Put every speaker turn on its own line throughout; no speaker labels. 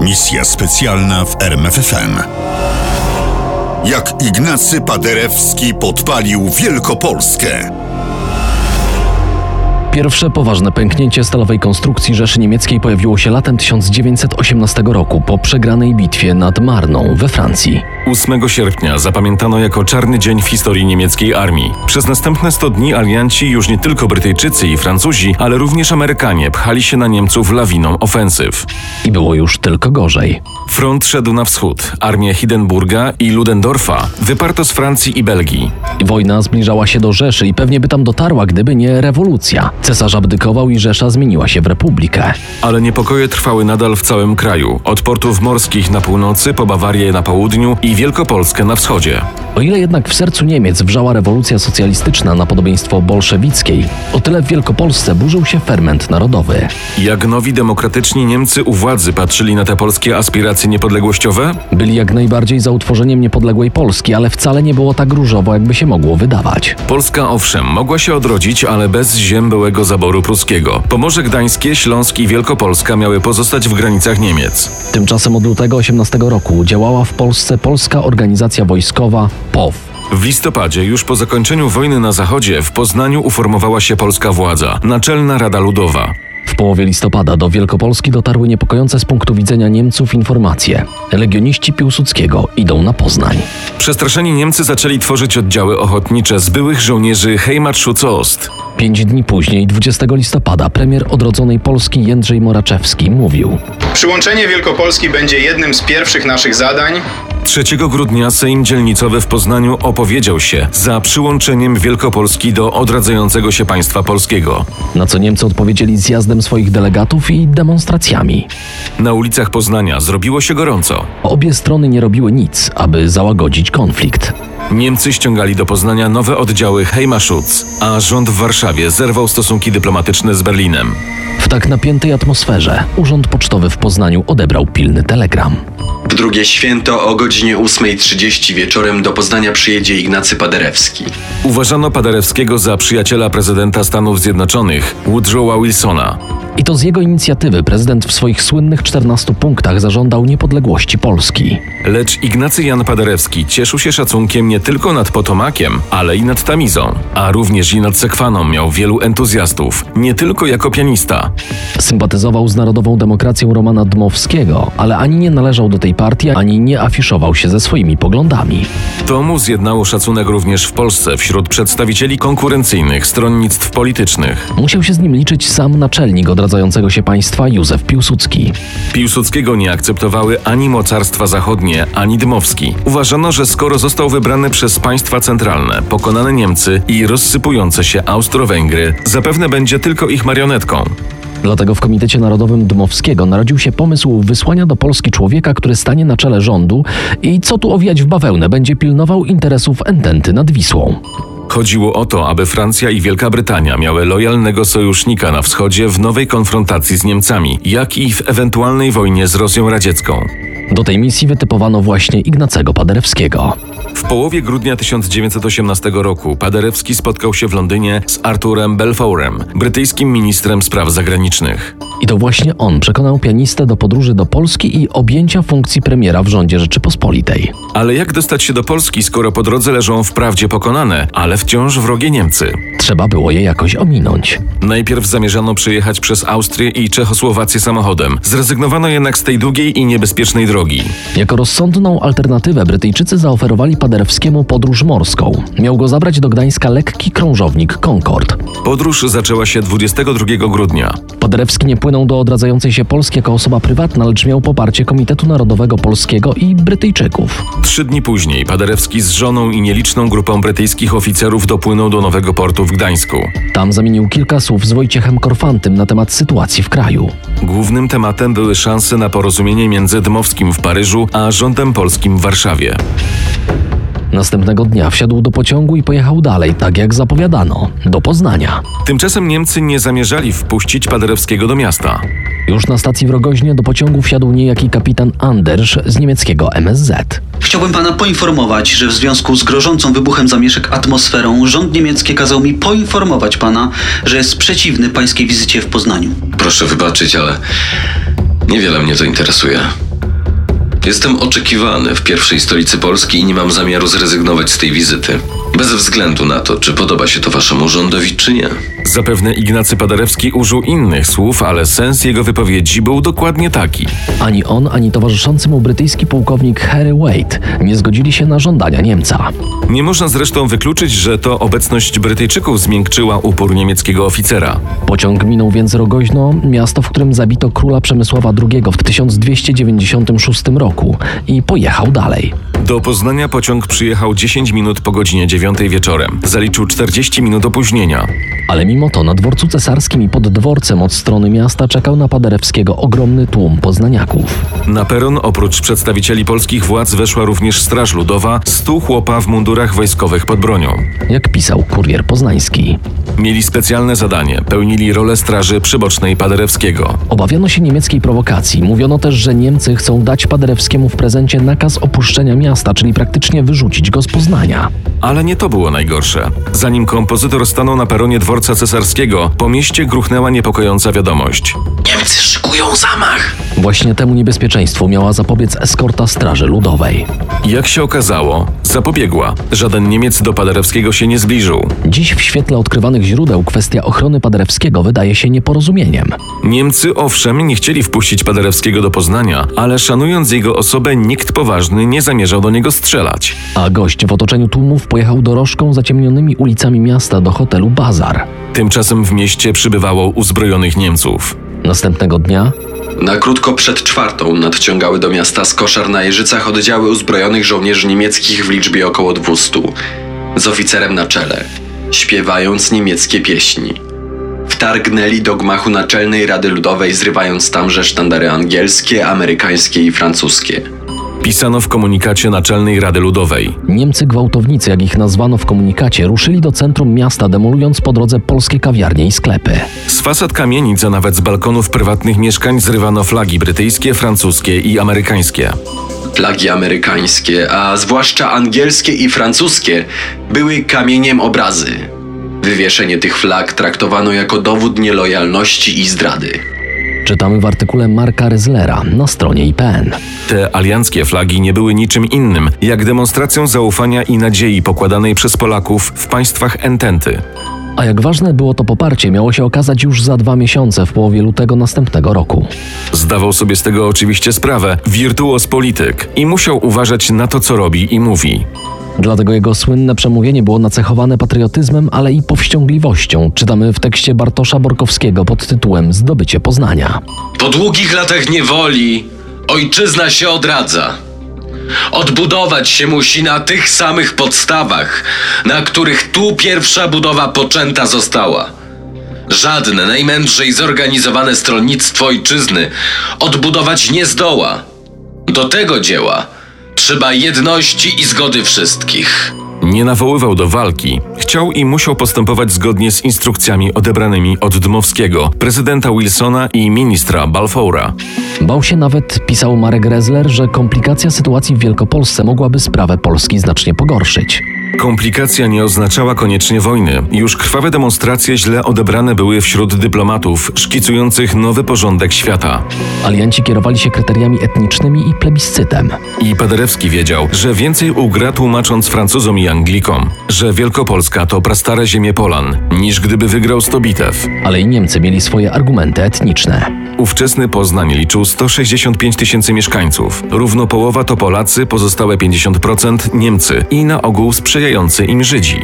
Misja specjalna w RMFFM. Jak Ignacy Paderewski podpalił Wielkopolskę.
Pierwsze poważne pęknięcie stalowej konstrukcji Rzeszy Niemieckiej pojawiło się latem 1918 roku po przegranej bitwie nad Marną we Francji.
8 sierpnia zapamiętano jako czarny dzień w historii niemieckiej armii. Przez następne 100 dni alianci, już nie tylko Brytyjczycy i Francuzi, ale również Amerykanie pchali się na Niemców lawiną ofensyw.
I było już tylko gorzej.
Front szedł na wschód. Armie Hindenburga i Ludendorfa wyparto z Francji i Belgii.
Wojna zbliżała się do Rzeszy i pewnie by tam dotarła, gdyby nie rewolucja. Cesarz abdykował i Rzesza zmieniła się w republikę.
Ale niepokoje trwały nadal w całym kraju. Od portów morskich na północy, po Bawarię na południu i Wielkopolskę na wschodzie.
O ile jednak w sercu Niemiec wrzała rewolucja socjalistyczna na podobieństwo bolszewickiej, o tyle w Wielkopolsce burzył się ferment narodowy.
Jak nowi demokratyczni Niemcy u władzy patrzyli na te polskie aspiracje niepodległościowe?
Byli jak najbardziej za utworzeniem niepodległej Polski, ale wcale nie było tak różowo, jakby się mogło wydawać.
Polska owszem, mogła się odrodzić, ale bez ziem byłego zaboru pruskiego. Pomorze Gdańskie, Śląsk i Wielkopolska miały pozostać w granicach Niemiec.
Tymczasem od lutego 18 roku działała w Polsce Polska Organizacja Wojskowa POW.
W listopadzie, już po zakończeniu wojny na zachodzie, w Poznaniu uformowała się polska władza, Naczelna Rada Ludowa.
W połowie listopada do Wielkopolski dotarły niepokojące z punktu widzenia Niemców informacje. Legioniści Piłsudskiego idą na Poznań.
Przestraszeni Niemcy zaczęli tworzyć oddziały ochotnicze z byłych żołnierzy Heimatschutzoost.
Pięć dni później, 20 listopada, premier odrodzonej Polski Jędrzej Moraczewski mówił:
Przyłączenie Wielkopolski będzie jednym z pierwszych naszych zadań.
3 grudnia Sejm Dzielnicowy w Poznaniu opowiedział się za przyłączeniem Wielkopolski do odradzającego się państwa polskiego.
Na co Niemcy odpowiedzieli zjazdem swoich delegatów i demonstracjami.
Na ulicach Poznania zrobiło się gorąco.
Obie strony nie robiły nic, aby załagodzić konflikt.
Niemcy ściągali do Poznania nowe oddziały Heimaschutz, a rząd w Warszawie zerwał stosunki dyplomatyczne z Berlinem.
W tak napiętej atmosferze Urząd Pocztowy w Poznaniu odebrał pilny telegram.
W drugie święto o godzinie 8.30 wieczorem do Poznania przyjedzie Ignacy Paderewski.
Uważano Paderewskiego za przyjaciela prezydenta Stanów Zjednoczonych, Woodrowa Wilsona.
I to z jego inicjatywy prezydent w swoich słynnych 14 punktach zażądał niepodległości Polski.
Lecz Ignacy Jan Paderewski cieszył się szacunkiem nie tylko nad Potomakiem, ale i nad Tamizą, a również i nad Sekwaną miał wielu entuzjastów, nie tylko jako pianista.
Sympatyzował z narodową demokracją Romana Dmowskiego, ale ani nie należał do tej partii, ani nie afiszował się ze swoimi poglądami.
To mu zjednało szacunek również w Polsce wśród przedstawicieli konkurencyjnych stronnictw politycznych.
Musiał się z nim liczyć sam naczelnik odradzającego się państwa Józef Piłsudski.
Piłsudskiego nie akceptowały ani mocarstwa zachodnie, ani Dmowski. Uważano, że skoro został wybrany przez państwa centralne, pokonane Niemcy i rozsypujące się Austro-Węgry, zapewne będzie tylko ich marionetką.
Dlatego w Komitecie Narodowym Dmowskiego narodził się pomysł wysłania do Polski człowieka, który stanie na czele rządu i co tu owijać w bawełnę, będzie pilnował interesów ententy nad Wisłą.
Chodziło o to, aby Francja i Wielka Brytania miały lojalnego sojusznika na wschodzie w nowej konfrontacji z Niemcami, jak i w ewentualnej wojnie z Rosją Radziecką.
Do tej misji wytypowano właśnie Ignacego Paderewskiego.
W połowie grudnia 1918 roku Paderewski spotkał się w Londynie z Arturem Belfourem, brytyjskim ministrem spraw zagranicznych.
I to właśnie on przekonał pianistę do podróży do Polski i objęcia funkcji premiera w rządzie Rzeczypospolitej.
Ale jak dostać się do Polski, skoro po drodze leżą wprawdzie pokonane, ale wciąż wrogie Niemcy?
Trzeba było je jakoś ominąć.
Najpierw zamierzano przyjechać przez Austrię i Czechosłowację samochodem. Zrezygnowano jednak z tej długiej i niebezpiecznej drogi.
Jako rozsądną alternatywę Brytyjczycy zaoferowali Paderewskiemu podróż morską. Miał go zabrać do Gdańska lekki krążownik Concorde.
Podróż zaczęła się 22 grudnia.
Paderewski nie płynął do odradzającej się Polski jako osoba prywatna, lecz miał poparcie Komitetu Narodowego Polskiego i Brytyjczyków.
Trzy dni później Paderewski z żoną i nieliczną grupą brytyjskich oficerów dopłynął do nowego portu w Gdańsku.
Tam zamienił kilka słów z Wojciechem Korfantym na temat sytuacji w kraju.
Głównym tematem były szanse na porozumienie między Dmowskim w Paryżu a rządem polskim w Warszawie.
Następnego dnia wsiadł do pociągu i pojechał dalej, tak jak zapowiadano, do Poznania.
Tymczasem Niemcy nie zamierzali wpuścić Paderewskiego do miasta.
Już na stacji w Rogoźnie do pociągu wsiadł niejaki kapitan Andersz z niemieckiego MSZ.
Chciałbym pana poinformować, że w związku z grożącą wybuchem zamieszek atmosferą rząd niemiecki kazał mi poinformować pana, że jest przeciwny pańskiej wizycie w Poznaniu.
Proszę wybaczyć, ale niewiele mnie to interesuje. Jestem oczekiwany w pierwszej stolicy Polski i nie mam zamiaru zrezygnować z tej wizyty. Bez względu na to, czy podoba się to waszemu rządowi, czy nie.
Zapewne Ignacy Paderewski użył innych słów, ale sens jego wypowiedzi był dokładnie taki.
Ani on, ani towarzyszący mu brytyjski pułkownik Harry Wade nie zgodzili się na żądania Niemca.
Nie można zresztą wykluczyć, że to obecność Brytyjczyków zmiękczyła upór niemieckiego oficera.
Pociąg minął więc Rogoźno, miasto, w którym zabito króla Przemysława II w 1296 roku i pojechał dalej.
Do Poznania pociąg przyjechał 10 minut po godzinie 9 wieczorem. Zaliczył 40 minut opóźnienia.
Ale mimo to na dworcu cesarskim i pod dworcem od strony miasta czekał na Paderewskiego ogromny tłum poznaniaków.
Na peron oprócz przedstawicieli polskich władz weszła również Straż Ludowa, stu chłopa w mundurach wojskowych pod bronią.
Jak pisał kurier poznański,
Mieli specjalne zadanie, pełnili rolę straży przybocznej Paderewskiego.
obawiano się niemieckiej prowokacji. Mówiono też, że Niemcy chcą dać Paderewskiemu w prezencie nakaz opuszczenia miasta, czyli praktycznie wyrzucić go z Poznania.
Ale nie to było najgorsze. Zanim kompozytor stanął na peronie dworca cesarskiego, po mieście gruchnęła niepokojąca wiadomość.
Niemcy szykują zamach!
Właśnie temu niebezpieczeństwu miała zapobiec eskorta Straży Ludowej.
Jak się okazało, zapobiegła. Żaden Niemiec do Paderewskiego się nie zbliżył.
Dziś w świetle odkrywanych źródeł kwestia ochrony Paderewskiego wydaje się nieporozumieniem.
Niemcy owszem nie chcieli wpuścić Paderewskiego do Poznania, ale szanując jego osobę, nikt poważny nie zamierzał do niego strzelać.
A gość w otoczeniu tłumów pojechał dorożką zaciemnionymi ulicami miasta do hotelu Bazar.
Tymczasem w mieście przybywało uzbrojonych Niemców.
Następnego dnia
Na krótko przed czwartą nadciągały do miasta z koszar na Jeżycach oddziały uzbrojonych żołnierzy niemieckich w liczbie około 200, z oficerem na czele, śpiewając niemieckie pieśni. Wtargnęli do gmachu Naczelnej Rady Ludowej, zrywając tamże sztandary angielskie, amerykańskie i francuskie.
Pisano w komunikacie Naczelnej Rady Ludowej.
Niemcy gwałtownicy, jak ich nazwano w komunikacie, ruszyli do centrum miasta, demolując po drodze polskie kawiarnie i sklepy.
Z fasad kamienic, a nawet z balkonów prywatnych mieszkań zrywano flagi brytyjskie, francuskie i amerykańskie.
Flagi amerykańskie, a zwłaszcza angielskie i francuskie, były kamieniem obrazy. Wywieszenie tych flag traktowano jako dowód nielojalności i zdrady.
Czytamy w artykule Marka Ryzlera na stronie IPN.
Te alianckie flagi nie były niczym innym, jak demonstracją zaufania i nadziei pokładanej przez Polaków w państwach ententy.
A jak ważne było to poparcie, miało się okazać już za dwa miesiące, w połowie lutego następnego roku.
Zdawał sobie z tego oczywiście sprawę, wirtuoz polityk, i musiał uważać na to, co robi i mówi.
Dlatego jego słynne przemówienie było nacechowane patriotyzmem, ale i powściągliwością. Czytamy w tekście Bartosza Borkowskiego pod tytułem Zdobycie Poznania.
Po długich latach niewoli ojczyzna się odradza. Odbudować się musi na tych samych podstawach, na których tu pierwsza budowa poczęta została. Żadne najmędrzej zorganizowane stronnictwo ojczyzny odbudować nie zdoła. Do tego dzieła trzeba jedności i zgody wszystkich.
Nie nawoływał do walki, chciał i musiał postępować zgodnie z instrukcjami odebranymi od Dmowskiego, prezydenta Wilsona i ministra Balfoura.
Bał się nawet, pisał Marek Rezler, że komplikacja sytuacji w Wielkopolsce mogłaby sprawę Polski znacznie pogorszyć.
Komplikacja nie oznaczała koniecznie wojny. Już krwawe demonstracje źle odebrane były wśród dyplomatów szkicujących nowy porządek świata.
Alianci kierowali się kryteriami etnicznymi i plebiscytem.
I Paderewski wiedział, że więcej ugra tłumacząc Francuzom i Anglikom, że Wielkopolska to prastare ziemie Polan, niż gdyby wygrał 100 bitew.
Ale i Niemcy mieli swoje argumenty etniczne.
Ówczesny Poznań liczył 165 tysięcy mieszkańców. Równo połowa to Polacy, pozostałe 50% Niemcy i na ogół sprzyjający im Żydzi.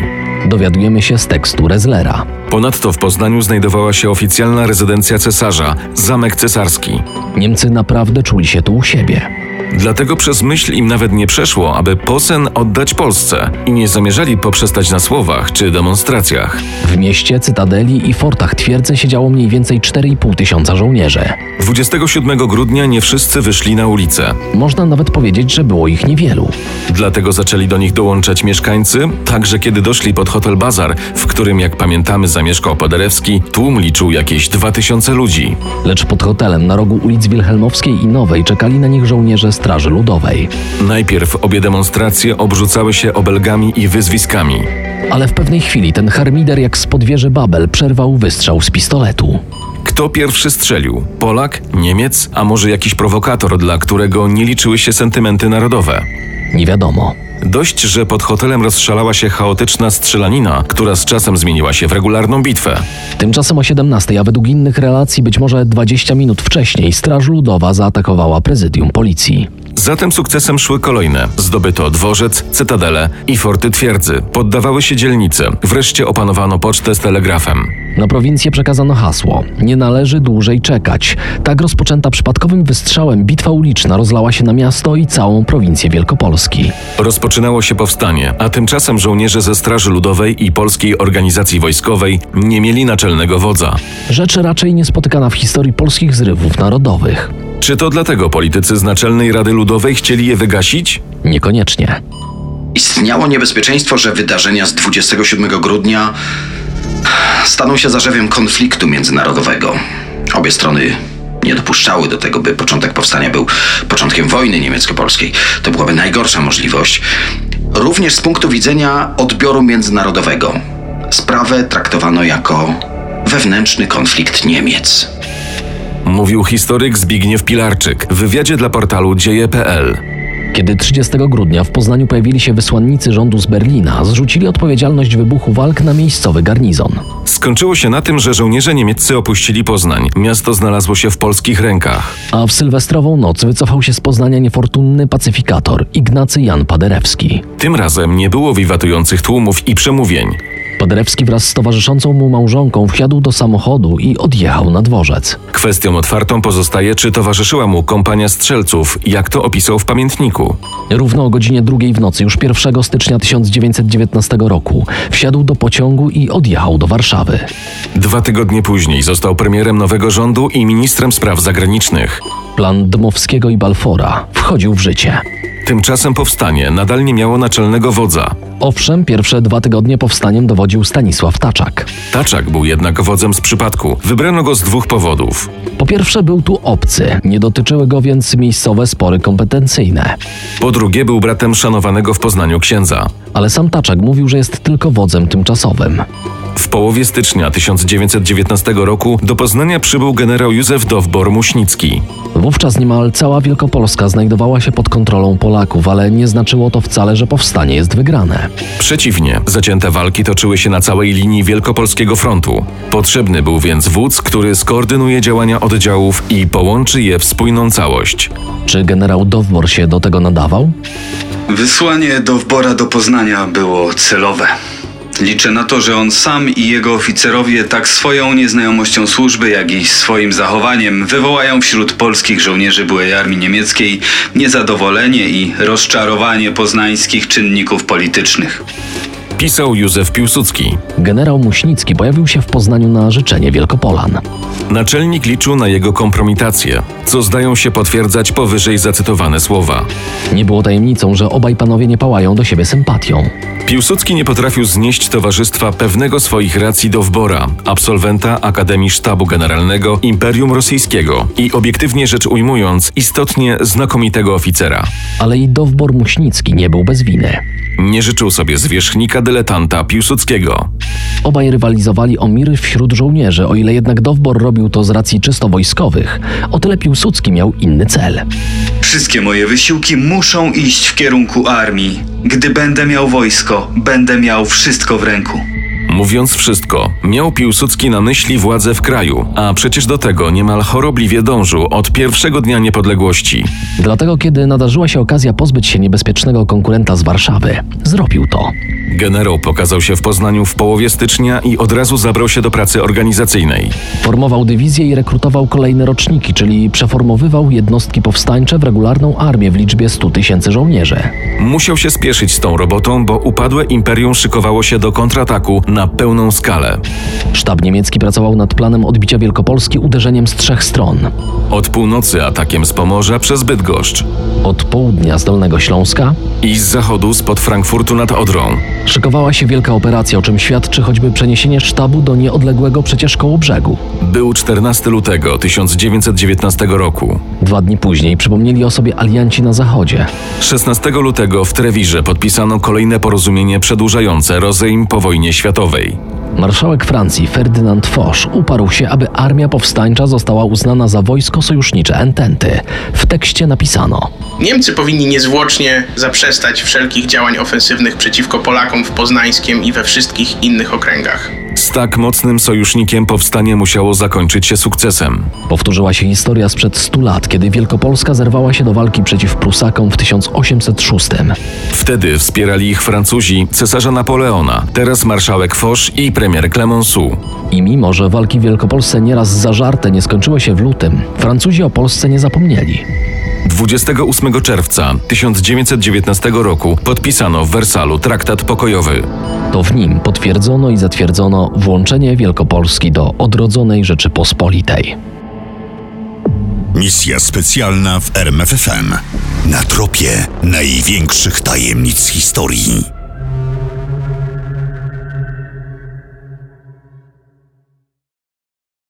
Dowiadujemy się z tekstu Rezlera.
Ponadto w Poznaniu znajdowała się oficjalna rezydencja cesarza, zamek cesarski.
Niemcy naprawdę czuli się tu u siebie.
Dlatego przez myśl im nawet nie przeszło, aby Posen oddać Polsce i nie zamierzali poprzestać na słowach czy demonstracjach.
W mieście, cytadeli i fortach twierdzy siedziało mniej więcej 4,5 tysiąca żołnierzy.
27 grudnia nie wszyscy wyszli na ulicę.
Można nawet powiedzieć, że było ich niewielu.
Dlatego zaczęli do nich dołączać mieszkańcy, także kiedy doszli pod hotel Bazar, w którym, jak pamiętamy, zamieszkał Paderewski, tłum liczył jakieś 2000 ludzi.
Lecz pod hotelem na rogu ulic Wilhelmowskiej i Nowej czekali na nich żołnierze Straży Ludowej.
Najpierw obie demonstracje obrzucały się obelgami i wyzwiskami.
Ale w pewnej chwili ten harmider jak spod wieży Babel przerwał wystrzał z pistoletu.
Kto pierwszy strzelił? Polak? Niemiec? A może jakiś prowokator, dla którego nie liczyły się sentymenty narodowe?
Nie wiadomo.
Dość, że pod hotelem rozszalała się chaotyczna strzelanina, która z czasem zmieniła się w regularną bitwę.
Tymczasem o 17, a według innych relacji być może 20 minut wcześniej, Straż Ludowa zaatakowała prezydium policji.
Za tym sukcesem szły kolejne. Zdobyto dworzec, cytadelę i forty twierdzy. Poddawały się dzielnice. Wreszcie opanowano pocztę z telegrafem.
Na prowincję przekazano hasło: Nie należy dłużej czekać. Tak rozpoczęta przypadkowym wystrzałem bitwa uliczna rozlała się na miasto i całą prowincję Wielkopolski.
Rozpoczynało się powstanie, a tymczasem żołnierze ze Straży Ludowej i Polskiej Organizacji Wojskowej nie mieli naczelnego wodza.
Rzecz raczej niespotykana w historii polskich zrywów narodowych.
Czy to dlatego politycy z Naczelnej Rady Ludowej chcieli je wygasić?
Niekoniecznie.
Istniało niebezpieczeństwo, że wydarzenia z 27 grudnia staną się zarzewiem konfliktu międzynarodowego. Obie strony nie dopuszczały do tego, by początek powstania był początkiem wojny niemiecko-polskiej. To byłaby najgorsza możliwość. Również z punktu widzenia odbioru międzynarodowego sprawę traktowano jako wewnętrzny konflikt Niemiec.
Mówił historyk Zbigniew Pilarczyk w wywiadzie dla portalu dzieje.pl.
Kiedy 30 grudnia w Poznaniu pojawili się wysłannicy rządu z Berlina, zrzucili odpowiedzialność wybuchu walk na miejscowy garnizon.
Skończyło się na tym, że żołnierze niemieccy opuścili Poznań. Miasto znalazło się w polskich rękach.
A w sylwestrową noc wycofał się z Poznania niefortunny pacyfikator Ignacy Jan Paderewski.
Tym razem nie było wiwatujących tłumów i przemówień.
Paderewski wraz z towarzyszącą mu małżonką wsiadł do samochodu i odjechał na dworzec.
Kwestią otwartą pozostaje, czy towarzyszyła mu kompania strzelców, jak to opisał w pamiętniku.
Równo o godzinie drugiej w nocy, już 1 stycznia 1919 roku, wsiadł do pociągu i odjechał do Warszawy.
Dwa tygodnie później został premierem nowego rządu i ministrem spraw zagranicznych.
Plan Dmowskiego i Balfora wchodził w życie.
Tymczasem powstanie nadal nie miało naczelnego wodza.
Owszem, pierwsze dwa tygodnie powstaniem dowodził Stanisław Taczak.
Taczak był jednak wodzem z przypadku. Wybrano go z dwóch powodów.
Po pierwsze, był tu obcy, nie dotyczyły go więc miejscowe spory kompetencyjne.
Po drugie, był bratem szanowanego w Poznaniu księdza.
Ale sam Taczak mówił, że jest tylko wodzem tymczasowym.
W połowie stycznia 1919 roku do Poznania przybył generał Józef Dowbor-Muśnicki.
Wówczas niemal cała Wielkopolska znajdowała się pod kontrolą Polaków, ale nie znaczyło to wcale, że powstanie jest wygrane.
Przeciwnie, zacięte walki toczyły się na całej linii Wielkopolskiego Frontu. Potrzebny był więc wódz, który skoordynuje działania oddziałów i połączy je w spójną całość.
Czy generał Dowbor się do tego nadawał?
Wysłanie Dowbora do Poznania było celowe. Liczę na to, że on sam i jego oficerowie tak swoją nieznajomością służby, jak i swoim zachowaniem wywołają wśród polskich żołnierzy byłej armii niemieckiej niezadowolenie i rozczarowanie poznańskich czynników politycznych.
Pisał Józef Piłsudski.
Generał Muśnicki pojawił się w Poznaniu na życzenie Wielkopolan.
Naczelnik liczył na jego kompromitację, co zdają się potwierdzać powyżej zacytowane słowa.
Nie było tajemnicą, że obaj panowie nie pałają do siebie sympatią.
Piłsudski nie potrafił znieść towarzystwa pewnego swoich racji Dowbora, absolwenta Akademii Sztabu Generalnego Imperium Rosyjskiego i obiektywnie rzecz ujmując, istotnie znakomitego oficera.
Ale i Dowbor Muśnicki nie był bez winy.
Nie życzył sobie zwierzchnika dyletanta Piłsudskiego.
Obaj rywalizowali o miry wśród żołnierzy, o ile jednak Dowbor robił to z racji czysto wojskowych, o tyle Piłsudski miał inny cel.
Wszystkie moje wysiłki muszą iść w kierunku armii. Gdy będę miał wojsko, będę miał wszystko w ręku.
Mówiąc wszystko, miał Piłsudski na myśli władzę w kraju, a przecież do tego niemal chorobliwie dążył od pierwszego dnia niepodległości.
Dlatego, kiedy nadarzyła się okazja pozbyć się niebezpiecznego konkurenta z Warszawy, zrobił to.
Generał pokazał się w Poznaniu w połowie stycznia i od razu zabrał się do pracy organizacyjnej.
Formował dywizję i rekrutował kolejne roczniki, czyli przeformowywał jednostki powstańcze w regularną armię w liczbie 100 tysięcy żołnierzy.
Musiał się spieszyć z tą robotą, bo upadłe imperium szykowało się do kontrataku na pełną skalę.
Sztab niemiecki pracował nad planem odbicia Wielkopolski uderzeniem z trzech stron.
Od północy atakiem z Pomorza przez Bydgoszcz
Od południa z Dolnego Śląska
i z zachodu spod Frankfurtu nad Odrą.
szykowała się wielka operacja, o czym świadczy choćby przeniesienie sztabu do nieodległego przecież koło brzegu.
Był 14 lutego 1919 roku.
Dwa dni później przypomnieli o sobie alianci na zachodzie.
16 lutego w Trewirze podpisano kolejne porozumienie przedłużające rozejm po wojnie światowej.
Marszałek Francji Ferdynand Foch uparł się, aby armia powstańcza została uznana za wojsko sojusznicze Ententy. W tekście napisano:
Niemcy powinni niezwłocznie zaprzestać wszelkich działań ofensywnych przeciwko Polakom w Poznańskiem i we wszystkich innych okręgach.
Z tak mocnym sojusznikiem powstanie musiało zakończyć się sukcesem.
Powtórzyła się historia sprzed 100 lat, kiedy Wielkopolska zerwała się do walki przeciw Prusakom w 1806.
Wtedy wspierali ich Francuzi, cesarza Napoleona, teraz marszałek Foch i premier Clemenceau.
I mimo, że walki w Wielkopolsce nieraz zażarte nie skończyły się w lutym, Francuzi o Polsce nie zapomnieli.
28 czerwca 1919 roku podpisano w Wersalu traktat pokojowy.
To w nim potwierdzono i zatwierdzono włączenie Wielkopolski do odrodzonej Rzeczypospolitej.
Misja specjalna w RMFFM. Na tropie największych tajemnic historii.